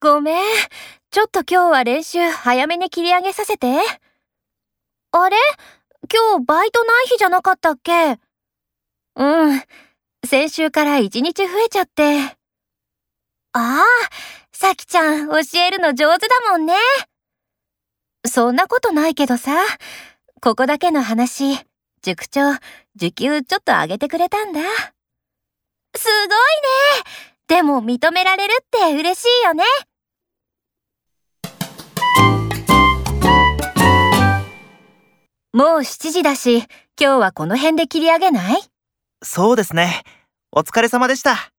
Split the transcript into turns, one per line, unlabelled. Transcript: ごめん。ちょっと今日は練習早めに切り上げさせて。あれ今日バイトない日じゃなかったっけうん。先週から一日増えちゃって。ああ、さきちゃん教えるの上手だもんね。そんなことないけどさ、ここだけの話、塾長、時給ちょっと上げてくれたんだ。すごいねでも認められるって嬉しいよねもう7時だし、今日はこの辺で切り上げない
そうですね。お疲れ様でした。